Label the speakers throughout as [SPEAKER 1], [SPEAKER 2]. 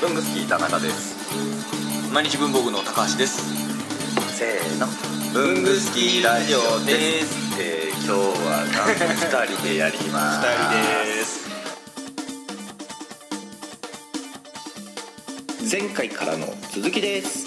[SPEAKER 1] 文具好き田中です
[SPEAKER 2] 毎日文房具の高橋です
[SPEAKER 1] せーの文具好きラジオですえー、今日はなんと二人でやります
[SPEAKER 2] す
[SPEAKER 3] 前回からの続きです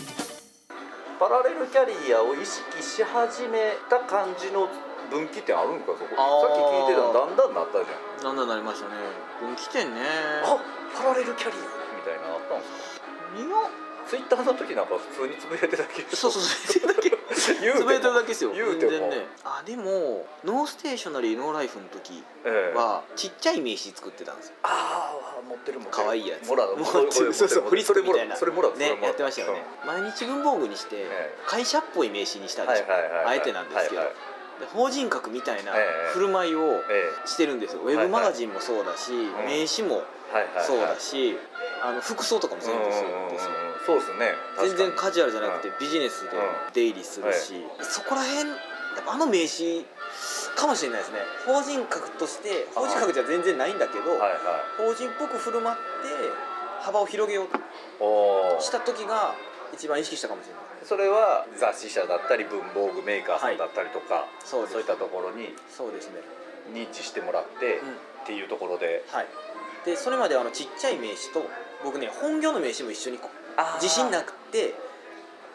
[SPEAKER 4] パラレルキャリアを意識し始めた感じの分岐点あるんかそこ
[SPEAKER 2] あー
[SPEAKER 4] さっき聞いてたのだんだんなったじゃん
[SPEAKER 2] だんだんなりましたね分岐点ね
[SPEAKER 4] あパラレルキャリアみたいなのあったんですか
[SPEAKER 2] 見よ
[SPEAKER 4] ツイッターの時なんか普通につぶやいてたけど
[SPEAKER 2] そうそうそうだけ
[SPEAKER 4] 言
[SPEAKER 2] つぶやいてる
[SPEAKER 4] も
[SPEAKER 2] だけですよ
[SPEAKER 4] 言うて
[SPEAKER 2] 全
[SPEAKER 4] も
[SPEAKER 2] 然ねあでもノーステーショナリーノーライフの時
[SPEAKER 4] ええ
[SPEAKER 2] はちっちゃい名刺作ってたんですよ
[SPEAKER 4] ああ持ってる持ってる
[SPEAKER 2] 可愛いやつ
[SPEAKER 4] もらう
[SPEAKER 2] 持ってるそうそうフリスクみたいな
[SPEAKER 4] それもらうそれ
[SPEAKER 2] ね
[SPEAKER 4] もらう
[SPEAKER 2] やってましたよね毎日文房具にして
[SPEAKER 4] え
[SPEAKER 2] 会社っぽい名刺にした
[SPEAKER 4] うん
[SPEAKER 2] で
[SPEAKER 4] は
[SPEAKER 2] し
[SPEAKER 4] い
[SPEAKER 2] ょ
[SPEAKER 4] はいはいはい
[SPEAKER 2] あえてなんですけど
[SPEAKER 4] はいはい
[SPEAKER 2] で法人格みたいな
[SPEAKER 4] ええ
[SPEAKER 2] 振る舞いを
[SPEAKER 4] え
[SPEAKER 2] してるんですよウ
[SPEAKER 4] い
[SPEAKER 2] ェ
[SPEAKER 4] はい
[SPEAKER 2] ブマガジンもそうだし
[SPEAKER 4] ん
[SPEAKER 2] 名刺も
[SPEAKER 4] えはいはいはい
[SPEAKER 2] そうだしあの服装とかも
[SPEAKER 4] うん
[SPEAKER 2] 全
[SPEAKER 4] うん
[SPEAKER 2] 部そ
[SPEAKER 4] う
[SPEAKER 2] う
[SPEAKER 4] んうん
[SPEAKER 2] ですよ
[SPEAKER 4] そうですね
[SPEAKER 2] 全然
[SPEAKER 4] 確か
[SPEAKER 2] カジュアルじゃなくてビジネスで
[SPEAKER 4] うん
[SPEAKER 2] 出入りするし、そこら辺やっぱあの名刺かもしれないですね法人格として法人格じゃ全然ないんだけど、
[SPEAKER 4] にはいはい
[SPEAKER 2] 法人っぽく振る舞って幅を広げようと
[SPEAKER 4] おー
[SPEAKER 2] した時が一番意識したかもしれない
[SPEAKER 4] それは雑誌社だったり文房具メーカーさんだったりとか、
[SPEAKER 2] そうです
[SPEAKER 4] そういったところに
[SPEAKER 2] そうですね、
[SPEAKER 4] 認知してもらって、
[SPEAKER 2] うん
[SPEAKER 4] っていうところで
[SPEAKER 2] はいでそれまではあのちっちゃい名刺と僕ね本業の名刺も一緒にこ自信なくて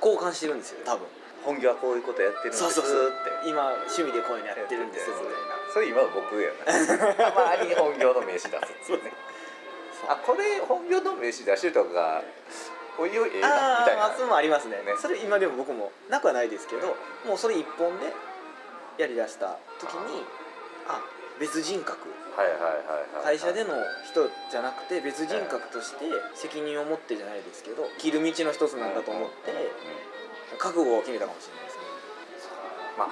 [SPEAKER 2] 交換してるんですよ多分
[SPEAKER 4] 本業はこういうことやってるんです
[SPEAKER 2] そう
[SPEAKER 4] って
[SPEAKER 2] そうそう今趣味でこういうのやってるんですみたいな
[SPEAKER 4] それ今は僕やなたまに本業の名刺出す
[SPEAKER 2] そうね
[SPEAKER 4] あこれ本業の名刺出してるとかおいおいええなみたい
[SPEAKER 2] ああ
[SPEAKER 4] な
[SPEAKER 2] それもありますね
[SPEAKER 4] ね
[SPEAKER 2] それ今でも僕もなくはないですけどもうそれ一本でやりだした時にあ別人格
[SPEAKER 4] はいはいはいはい
[SPEAKER 2] 会社での人じゃなくて別人格として責任を持ってじゃないですけど切る道の一つなんだと思って覚悟を決めたかもしれないですね
[SPEAKER 4] まあ、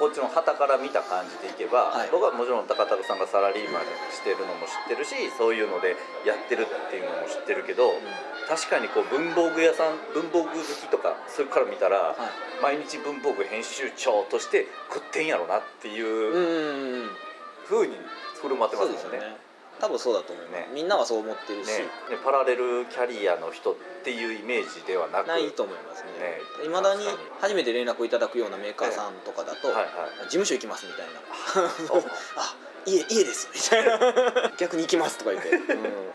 [SPEAKER 4] こっちの旗から見た感じでいけば、
[SPEAKER 2] はい
[SPEAKER 4] 僕はもちろん高田さんがサラリーマンしてるのも知ってるしそういうのでやってるっていうのも知ってるけど、確かにこう文房具屋さん文房具好きとかそれから見たら、
[SPEAKER 2] はい
[SPEAKER 4] 毎日文房具編集長として食ってんやろなって
[SPEAKER 2] う
[SPEAKER 4] いうん
[SPEAKER 2] うんうん
[SPEAKER 4] ふうに振る舞ってま
[SPEAKER 2] そ
[SPEAKER 4] す
[SPEAKER 2] うです
[SPEAKER 4] も
[SPEAKER 2] よ
[SPEAKER 4] んね
[SPEAKER 2] ね。多分そうだと思いま
[SPEAKER 4] ね
[SPEAKER 2] すみんなはそう思ってるし
[SPEAKER 4] ねねパラレルキャリアの人っていうイメージではなく
[SPEAKER 2] ないと思いますね
[SPEAKER 4] ね
[SPEAKER 2] いまだに
[SPEAKER 4] 確かに
[SPEAKER 2] 初めて連絡をいただくようなメーカーさんとかだと
[SPEAKER 4] はいはい
[SPEAKER 2] 事務所行きますみたいな
[SPEAKER 4] そう
[SPEAKER 2] あ家家ですみたいな逆に行きますとか言って、うん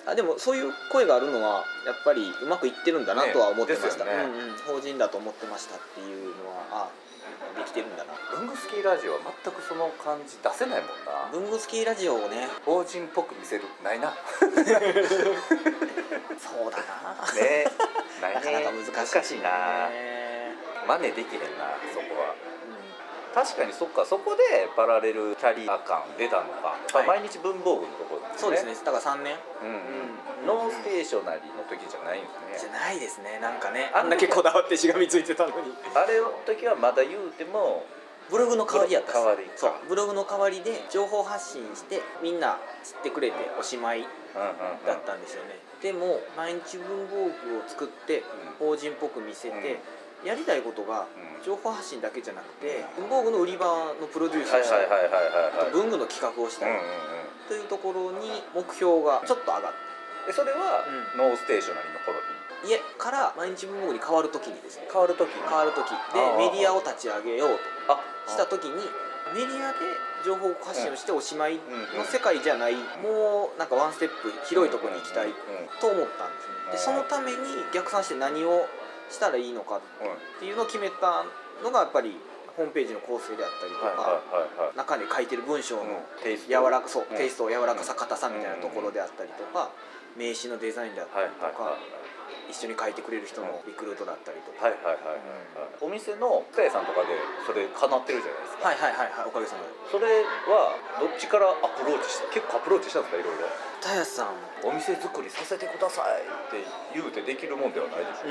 [SPEAKER 2] あでもそういう声があるのはやっぱりうまくいってるんだなとは思ってました、
[SPEAKER 4] ねですよ
[SPEAKER 2] うんうん、法人だと思ってましたっていうのはあできてるんだな
[SPEAKER 4] 文具スキーラジオは全くその感じ出せないもんな
[SPEAKER 2] 文具スキーラジオをね
[SPEAKER 4] 法人っぽく見せるないな
[SPEAKER 2] そうだ な
[SPEAKER 4] ね
[SPEAKER 2] なかなか難しい,、
[SPEAKER 4] 難しいな真似できへんなそこは確かにそっかそこでパラレルキャリア感出たのか、
[SPEAKER 2] はい
[SPEAKER 4] 毎日文房具のところ
[SPEAKER 2] うんそうですね、だから3年
[SPEAKER 4] うん
[SPEAKER 2] うん
[SPEAKER 4] ノーステーショナリーの時じゃないんで
[SPEAKER 2] じ
[SPEAKER 4] す
[SPEAKER 2] ゃ
[SPEAKER 4] ね
[SPEAKER 2] ないですねなんかね
[SPEAKER 4] あ
[SPEAKER 2] あんだけこだわってしがみついてたのに
[SPEAKER 4] あれの時はまだ言うても
[SPEAKER 2] ブログの代わりやったんです
[SPEAKER 4] 代わりか
[SPEAKER 2] そうブログの代わりで情報発信してみんな知ってくれておしまい
[SPEAKER 4] うんうん
[SPEAKER 2] だったんですよね、でも毎日文房具を作って法人っぽく見せて、やりたいことが
[SPEAKER 4] うん
[SPEAKER 2] 情報発信だけじゃなくて文房具の売り場のプロデュース
[SPEAKER 4] はい
[SPEAKER 2] を
[SPEAKER 4] は
[SPEAKER 2] し
[SPEAKER 4] い
[SPEAKER 2] た
[SPEAKER 4] はい
[SPEAKER 2] り、
[SPEAKER 4] はい
[SPEAKER 2] あ
[SPEAKER 4] はい
[SPEAKER 2] と文具の企画をした
[SPEAKER 4] うん
[SPEAKER 2] り、
[SPEAKER 4] うんうん
[SPEAKER 2] というところに目標がちょっと上がっ
[SPEAKER 4] えそれは
[SPEAKER 2] う
[SPEAKER 4] ノーステーショナリーの頃に
[SPEAKER 2] て家から毎日文房具に変わる時にですね
[SPEAKER 4] 変わる時
[SPEAKER 2] 変わる時
[SPEAKER 4] あ
[SPEAKER 2] で
[SPEAKER 4] ー
[SPEAKER 2] メディアを立ち上げよう
[SPEAKER 4] あ
[SPEAKER 2] とした時にメディアで情報発信をしておしま
[SPEAKER 4] う
[SPEAKER 2] い
[SPEAKER 4] ん
[SPEAKER 2] の世界じゃないもうなんかワンステップ広いところに行きたい
[SPEAKER 4] うんうん
[SPEAKER 2] と思ったんですねでそのために逆算して何をしたらいいのかっ
[SPEAKER 4] うん
[SPEAKER 2] ていうのを決めたのがやっぱりホームページの構成であったりとか、
[SPEAKER 4] はいはいはいはい
[SPEAKER 2] 中に書いてる文章の
[SPEAKER 4] テイスト
[SPEAKER 2] 柔らかそう、
[SPEAKER 4] うん
[SPEAKER 2] テイスト柔らかさ硬さみたいなところであったりとか、名刺のデザインであった
[SPEAKER 4] はい
[SPEAKER 2] り
[SPEAKER 4] はい
[SPEAKER 2] とか、
[SPEAKER 4] は
[SPEAKER 2] 一緒に書いてくれる人のリクルートだったりとか、
[SPEAKER 4] いはいはいはいはいはいお店の服屋さんとかでそれ叶ってるじゃないですか
[SPEAKER 2] はい、はいはいはいおかげさまで
[SPEAKER 4] それはどっちからアプローチした結構アプローチしたんですかいろい
[SPEAKER 2] 田谷さん
[SPEAKER 4] ろお店作りさせてくださいって言うてできるもんではないでしょ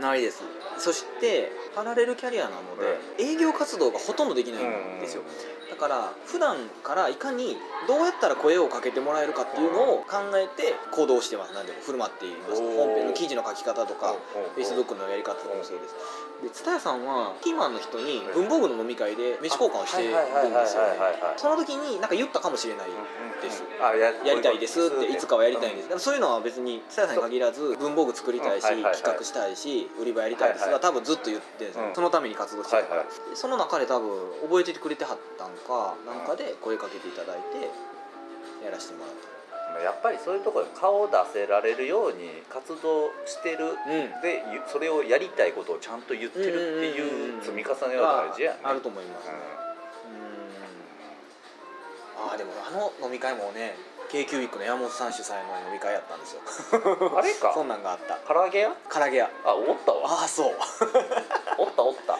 [SPEAKER 2] うんないですそしてパラレルキャリアなので、営業活動がほとんどできないんですよ、だから普段からいかにどうやったら声をかけてもらえるかっていうのを考えて行動してます何でも振る舞っています
[SPEAKER 4] おー
[SPEAKER 2] 本編の記事の書き方と
[SPEAKER 4] う
[SPEAKER 2] か
[SPEAKER 4] ん
[SPEAKER 2] Facebook のやり方とかもそうですで蔦屋さんはキーマンの人に文房具の飲み会で飯交換をしてるんですよ
[SPEAKER 4] はいはいはいはいは
[SPEAKER 2] ね
[SPEAKER 4] い
[SPEAKER 2] その時になんか言ったかもしれないです
[SPEAKER 4] あや
[SPEAKER 2] やりたいですっていつかはやりたいんです、だからそういうのは別に蔦屋さんに限らず文房具作りたいし、
[SPEAKER 4] はいはいはい
[SPEAKER 2] 企画したいし売り場やりたいです
[SPEAKER 4] は
[SPEAKER 2] が、
[SPEAKER 4] いはい
[SPEAKER 2] 多分ずっと言ってるんですよ、
[SPEAKER 4] うん
[SPEAKER 2] そのために活動して
[SPEAKER 4] は
[SPEAKER 2] る
[SPEAKER 4] いはい
[SPEAKER 2] でその中で多分覚えててくれてはったんかなんかで声かけていただいてやらせてもらった
[SPEAKER 4] まあやっぱりそういうところで顔を出せられるように活動してる
[SPEAKER 2] うん
[SPEAKER 4] でゆそれをやりたいことをちゃんと言ってるって
[SPEAKER 2] うんう
[SPEAKER 4] いう
[SPEAKER 2] んうん
[SPEAKER 4] うん積み重ねは大事やね
[SPEAKER 2] あると思います、うんあーでもあの飲み会もね k q ウィックの山本さん主催の飲み会やったんですよ
[SPEAKER 4] うんあれか
[SPEAKER 2] そんなんがあった
[SPEAKER 4] 唐揚げ屋
[SPEAKER 2] 唐揚げ屋
[SPEAKER 4] あおったわ
[SPEAKER 2] ああそう
[SPEAKER 4] おったおった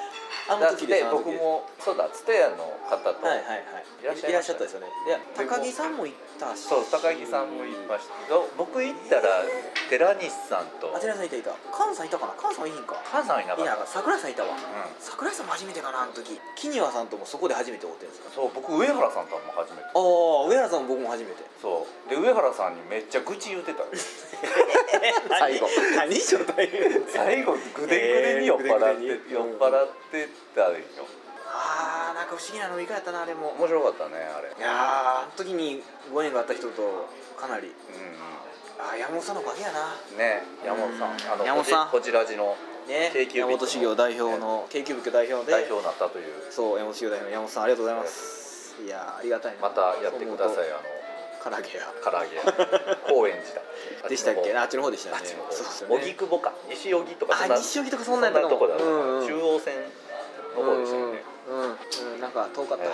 [SPEAKER 2] あの時です
[SPEAKER 4] だ
[SPEAKER 2] あ
[SPEAKER 4] っ
[SPEAKER 2] の
[SPEAKER 4] て
[SPEAKER 2] 時
[SPEAKER 4] 僕
[SPEAKER 2] です
[SPEAKER 4] もそうだ蔦屋の方と、
[SPEAKER 2] はいはいはい
[SPEAKER 4] いらっしゃいました
[SPEAKER 2] いらっしゃったですよねいや高木さんも行ったし
[SPEAKER 4] そう高木さんも言いましたけど僕行ったら寺西さんと
[SPEAKER 2] あ寺さんいたいた菅さんいたかな菅さんはいいんか
[SPEAKER 4] 母さんいなか
[SPEAKER 2] い
[SPEAKER 4] っ
[SPEAKER 2] や
[SPEAKER 4] た
[SPEAKER 2] 桜井さんいたわ
[SPEAKER 4] う
[SPEAKER 2] 桜井さんも初めてかなあの時木庭さんともそこで初めて会ってるんですか
[SPEAKER 4] んそう僕上原さんとはもう初めて
[SPEAKER 2] ああ上原さんも僕も初めて
[SPEAKER 4] そうで上原さんにめっちゃ愚痴言うて た
[SPEAKER 2] 最後 何初対面
[SPEAKER 4] 最後グデグデに酔っ払 って、
[SPEAKER 2] えーぐでぐでに
[SPEAKER 4] 酔っ払ってたでしょ
[SPEAKER 2] ああなんか不思議な飲み会やったなあれも
[SPEAKER 4] 面白かったねあれ
[SPEAKER 2] いやーあの時にご縁があった人とかなり
[SPEAKER 4] う
[SPEAKER 2] あー山本さんのおかげやなん
[SPEAKER 4] うんね山本さんあの
[SPEAKER 2] 山本さん
[SPEAKER 4] こじこじらじの
[SPEAKER 2] ね
[SPEAKER 4] KQBIC
[SPEAKER 2] 山本修行代表の k q ビック代表
[SPEAKER 4] 代
[SPEAKER 2] で
[SPEAKER 4] 表になったという
[SPEAKER 2] そう山本修行代表の山本さんありがとうございますいやーありがたいな
[SPEAKER 4] またやってください
[SPEAKER 2] そう
[SPEAKER 4] あ
[SPEAKER 2] 思うと唐揚げ屋
[SPEAKER 4] の唐揚げ屋高円寺だ
[SPEAKER 2] でしたっけあっちの方でしたね
[SPEAKER 4] あっちの方
[SPEAKER 2] そうですよ
[SPEAKER 4] 荻
[SPEAKER 2] ね
[SPEAKER 4] 窪か西荻とか
[SPEAKER 2] あ
[SPEAKER 4] んな
[SPEAKER 2] 西荻とかそんなんやったか
[SPEAKER 4] そ
[SPEAKER 2] も
[SPEAKER 4] んなとこだったか
[SPEAKER 2] うんう
[SPEAKER 4] なん中央線の方でしたよね
[SPEAKER 2] うんうん、うん、なんか遠かった、
[SPEAKER 4] え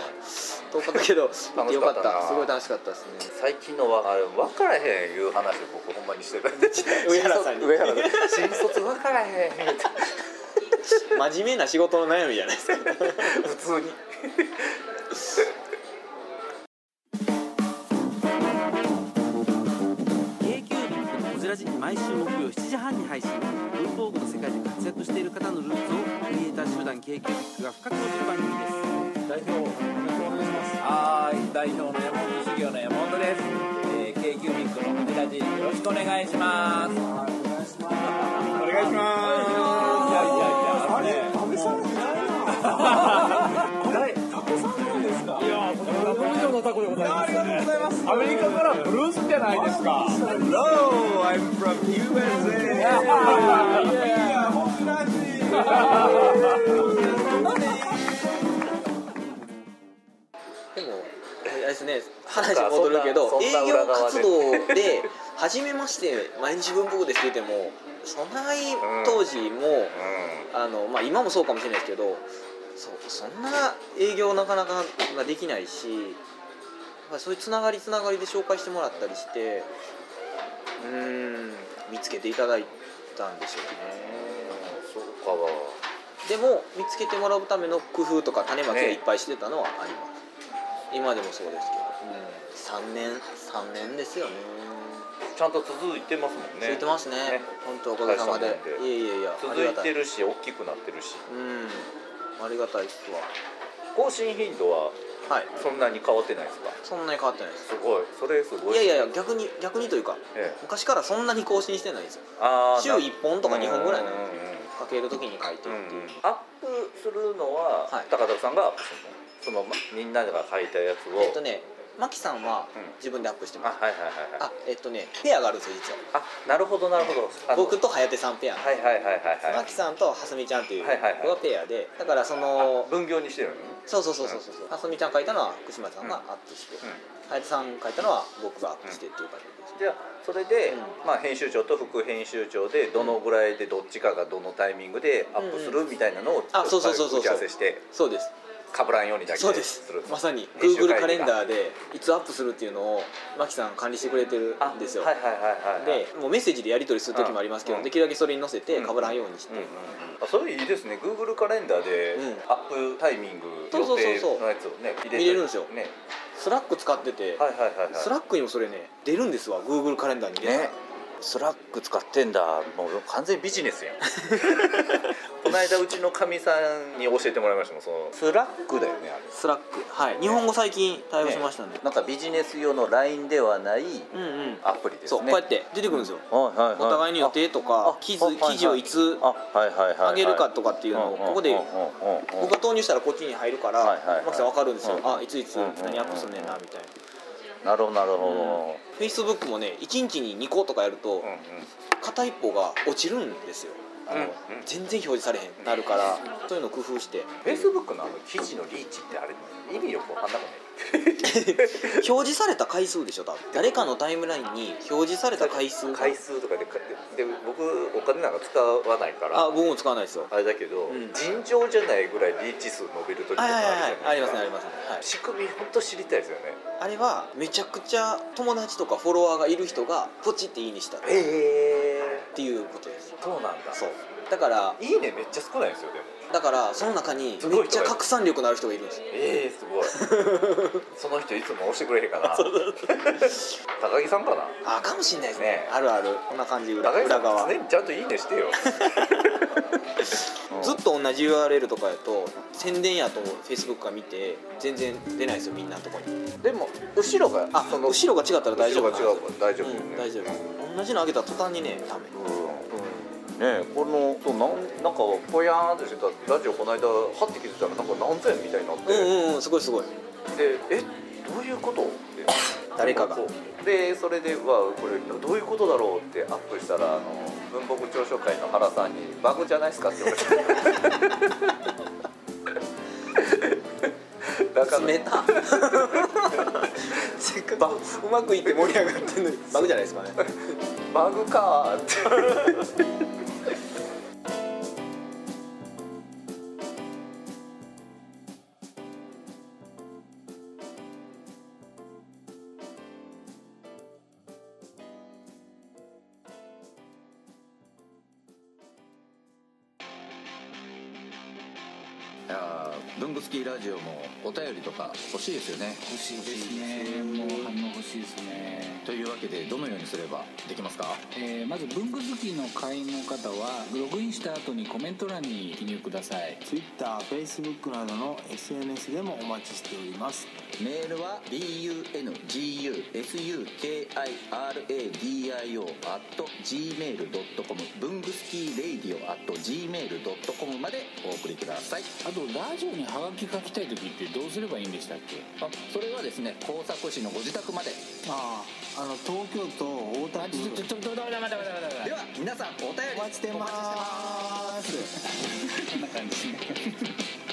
[SPEAKER 2] 遠かったけど行ってよかった
[SPEAKER 4] 楽しかったな
[SPEAKER 2] すごい楽しかったですね
[SPEAKER 4] 最近のわあれ分からへんいう話を僕ほんまにしてた
[SPEAKER 2] 上原さん に
[SPEAKER 4] 上原さん新卒分からへん言うて
[SPEAKER 2] 真面目な仕事の悩みじゃないです か
[SPEAKER 4] 普通に
[SPEAKER 5] はーい代表の山本修行の山本です、えー、k q ミックのハネラジよろしくお願いしますお願いしますお願いしますいやいやいやあれタコさんじゃないタコさんなんですかいやこれは以上のタコでございますありがとうございますアメリカからブルースじゃないですか Hello I'm from USA yeah.
[SPEAKER 2] でもあれですね話戻るけど
[SPEAKER 4] そっか
[SPEAKER 2] 営
[SPEAKER 4] そんな
[SPEAKER 2] 業
[SPEAKER 4] 裏側
[SPEAKER 2] 活
[SPEAKER 4] で
[SPEAKER 2] 動で初めまして毎日文房具ですって言ってもそんなに当時も、あのまあ今もそうかもしれないですけどそそんな営業なかなかできないしやっぱりそういうつながりつながりで紹介してもらったりしてうーん見つけていただいたんでしょ
[SPEAKER 4] そうかわ
[SPEAKER 2] うねでも見つけてもらうための工夫とか種まきを
[SPEAKER 4] ね
[SPEAKER 2] いっぱいしてたのはあります、今でもそうですけど、うん、3年3年ですよね
[SPEAKER 4] ちゃんと続いてますもんね
[SPEAKER 2] 続いてますね
[SPEAKER 4] ね
[SPEAKER 2] 本当おかげさま
[SPEAKER 4] 大
[SPEAKER 2] で
[SPEAKER 4] したもん
[SPEAKER 2] い
[SPEAKER 4] で
[SPEAKER 2] やいやいやあり
[SPEAKER 4] 続
[SPEAKER 2] が
[SPEAKER 4] い
[SPEAKER 2] た
[SPEAKER 4] て
[SPEAKER 2] い
[SPEAKER 4] るし大きくなってるし
[SPEAKER 2] うんありがたいっす
[SPEAKER 4] 更新頻度は
[SPEAKER 2] わはい
[SPEAKER 4] そんなに変わってないですか
[SPEAKER 2] そんなに変わってないです
[SPEAKER 4] すごいそれすごい
[SPEAKER 2] いやいやいや逆に逆にというか
[SPEAKER 4] ええ
[SPEAKER 2] 昔からそんなに更新してないんですよ
[SPEAKER 4] あー
[SPEAKER 2] 週1本とか2本ぐらいな
[SPEAKER 4] うんん
[SPEAKER 2] でかける時に書いて
[SPEAKER 4] うん
[SPEAKER 2] るっていう
[SPEAKER 4] うんアップするのは、
[SPEAKER 2] はい
[SPEAKER 4] 高田さんがアップするのそのまみんなが書いたやつを、
[SPEAKER 2] えっとねマキさんは
[SPEAKER 4] うん
[SPEAKER 2] 自分でアップして
[SPEAKER 4] あ
[SPEAKER 2] ます
[SPEAKER 4] はいはいはいはい
[SPEAKER 2] あえっとねペアがあるんですよ実は
[SPEAKER 4] あなるほどなるほどあの
[SPEAKER 2] 僕と颯さんペア
[SPEAKER 4] はいはいはいはいは
[SPEAKER 2] マ
[SPEAKER 4] い
[SPEAKER 2] キさんと蓮見ちゃんっていう子
[SPEAKER 4] はいはいはい
[SPEAKER 2] がペアでだからその
[SPEAKER 4] あ分業にしてるのね
[SPEAKER 2] そうそうそうそうそう蓮見ちゃん書いたのは福島さんがアップして颯さん書いたのは僕がアップしてっていう感じです
[SPEAKER 4] じゃあそれで、
[SPEAKER 2] うん
[SPEAKER 4] まあ、編集長と副編集長でどのぐらいでどっちかがどのタイミングでアップするみたいなのを
[SPEAKER 2] あそうそうそうそう
[SPEAKER 4] 打ち合わせして
[SPEAKER 2] そうです
[SPEAKER 4] かぶらんようにだけ
[SPEAKER 2] そうです
[SPEAKER 4] る
[SPEAKER 2] まさに
[SPEAKER 4] 編集会議
[SPEAKER 2] Google
[SPEAKER 4] が
[SPEAKER 2] カレンダーでいつアップするっていうのをマキさん管理してくれてるんですよ
[SPEAKER 4] あはいはいはいはいはい
[SPEAKER 2] でもうメッセージでやり取りする時もありますけど、
[SPEAKER 4] うん
[SPEAKER 2] できるだけそれに載せて
[SPEAKER 4] うん
[SPEAKER 2] 被らんようにして、
[SPEAKER 4] うんうんうんあそれいいですね Google カレンダーで
[SPEAKER 2] うん
[SPEAKER 4] アップタイミング予定
[SPEAKER 2] そうそうそうそう
[SPEAKER 4] のやつをね入と
[SPEAKER 2] 見れるんですよ
[SPEAKER 4] ね
[SPEAKER 2] スラック使ってて、
[SPEAKER 4] はいはいはいはい
[SPEAKER 2] スラックにもそれね出るんですわ Google カレンダーにね
[SPEAKER 4] ねスラック使ってんだもう完全にビジネスや んこの間うちのかみさんに教えてもらいましたもんそのスラックだよねあれ
[SPEAKER 2] スラックはい日本語最近対応しましたんで、
[SPEAKER 4] なんかビジネス用の LINE ではない
[SPEAKER 2] うんうん
[SPEAKER 4] アプリですね
[SPEAKER 2] そうこうやって出てくるんですよ、
[SPEAKER 4] はいはいはい
[SPEAKER 2] お互いの予定とか記事記事をいつ
[SPEAKER 4] あはいはいはいはい
[SPEAKER 2] あげるかとかっていうのをここで
[SPEAKER 4] うんうんうんうん
[SPEAKER 2] 僕が投入したらこっちに入るから
[SPEAKER 4] はいはいはい
[SPEAKER 2] マキさん分かるんですよ
[SPEAKER 4] うん
[SPEAKER 2] あいついつ何アップすんねんなみたいな
[SPEAKER 4] なるほどなるほど、
[SPEAKER 2] フェイスブックもね1日に2個とかやると
[SPEAKER 4] うんうん
[SPEAKER 2] 片一方が落ちるんですよあの、
[SPEAKER 4] うんうん
[SPEAKER 2] 全然表示されへんなるからそういうの工夫して
[SPEAKER 4] フェイスブックのあの記事のリーチってあれ意味よく分かんなくない
[SPEAKER 2] 表示された回数でしょ多分誰かのタイムラインに表示された回数
[SPEAKER 4] 回数とかで買ってで僕お金なんか使わないから
[SPEAKER 2] あ
[SPEAKER 4] あ
[SPEAKER 2] 僕も使わないですよ
[SPEAKER 4] れだけど、
[SPEAKER 2] うん
[SPEAKER 4] 尋常じゃないぐらいリーチ数伸びる時とか
[SPEAKER 2] はい
[SPEAKER 4] あるじ
[SPEAKER 2] はいは
[SPEAKER 4] ゃな
[SPEAKER 2] い
[SPEAKER 4] い
[SPEAKER 2] はいありますねあり
[SPEAKER 4] す
[SPEAKER 2] ますね、はい
[SPEAKER 4] 仕組み本当知りたいですよね
[SPEAKER 2] あれはめちゃくちゃ友達とかフォロワーがいる人がポチっていいにしたっ
[SPEAKER 4] ええ
[SPEAKER 2] ていうことです
[SPEAKER 4] そうなんだ
[SPEAKER 2] そうだから
[SPEAKER 4] いいねめっちゃ少ないんですよでも
[SPEAKER 2] だからその中に
[SPEAKER 4] すごい人がいる
[SPEAKER 2] めっちゃ拡散力のある人がいるんですよ
[SPEAKER 4] ええすごい その人いつも押してくれへんかな高木さんかな
[SPEAKER 2] あかもしんないですね
[SPEAKER 4] ね
[SPEAKER 2] あるあるこんな感じ裏
[SPEAKER 4] 高木さん
[SPEAKER 2] 裏側
[SPEAKER 4] 常にちゃんといいねしてよ
[SPEAKER 2] ずっと同じ URL とかやと宣伝やと Facebook が見て全然出ないですよみんなのとこに
[SPEAKER 4] でも後ろが
[SPEAKER 2] あ
[SPEAKER 4] その
[SPEAKER 2] 後ろが違ったら大丈夫なんですよ
[SPEAKER 4] 後ろが違うから大丈夫よね
[SPEAKER 2] うん大丈夫同じの上げた途端にねダメ
[SPEAKER 4] ねえこのそうなんなんかぽやーんとしてたラジオこの間はって聞いてたらなんか何千みたいになって、
[SPEAKER 2] うんうんうんすごいすごい
[SPEAKER 4] でえどういうことって
[SPEAKER 2] 誰かが
[SPEAKER 4] そうでそれではこれどういうことだろうってアップしたらあの文房具長書会の原さんに「バグじゃないですか」って言わ れただから
[SPEAKER 2] 冷た せっかくうまくいって盛り上がってるのにバグじゃないですかね
[SPEAKER 4] バグかーって
[SPEAKER 3] いやー文具スキーラジオもお便りとか欲しいですよね欲しいですねもう反応欲しいですねというわけでどのようにすればできますか
[SPEAKER 6] えーまず文具好きの会員の方はログインした後にコメント欄に記入ください
[SPEAKER 7] TwitterFacebook などの SNS でもお待ちしております
[SPEAKER 3] メールは bungusukiradio gmail.com 文具スキーレイディオ at gmail.com までお送りください
[SPEAKER 6] あとラジオにハガキ書きたい時ってどうすればいいんでしたっけ
[SPEAKER 3] あそれはですね工作士のご自宅まで
[SPEAKER 7] あああの東京都大田
[SPEAKER 6] あ
[SPEAKER 7] 区
[SPEAKER 6] ちょちょちょちょダメダメダメダメダメ
[SPEAKER 3] では皆さんお便り
[SPEAKER 7] お待ちしてま
[SPEAKER 3] お待ちしてます
[SPEAKER 7] す
[SPEAKER 6] こんな感じですね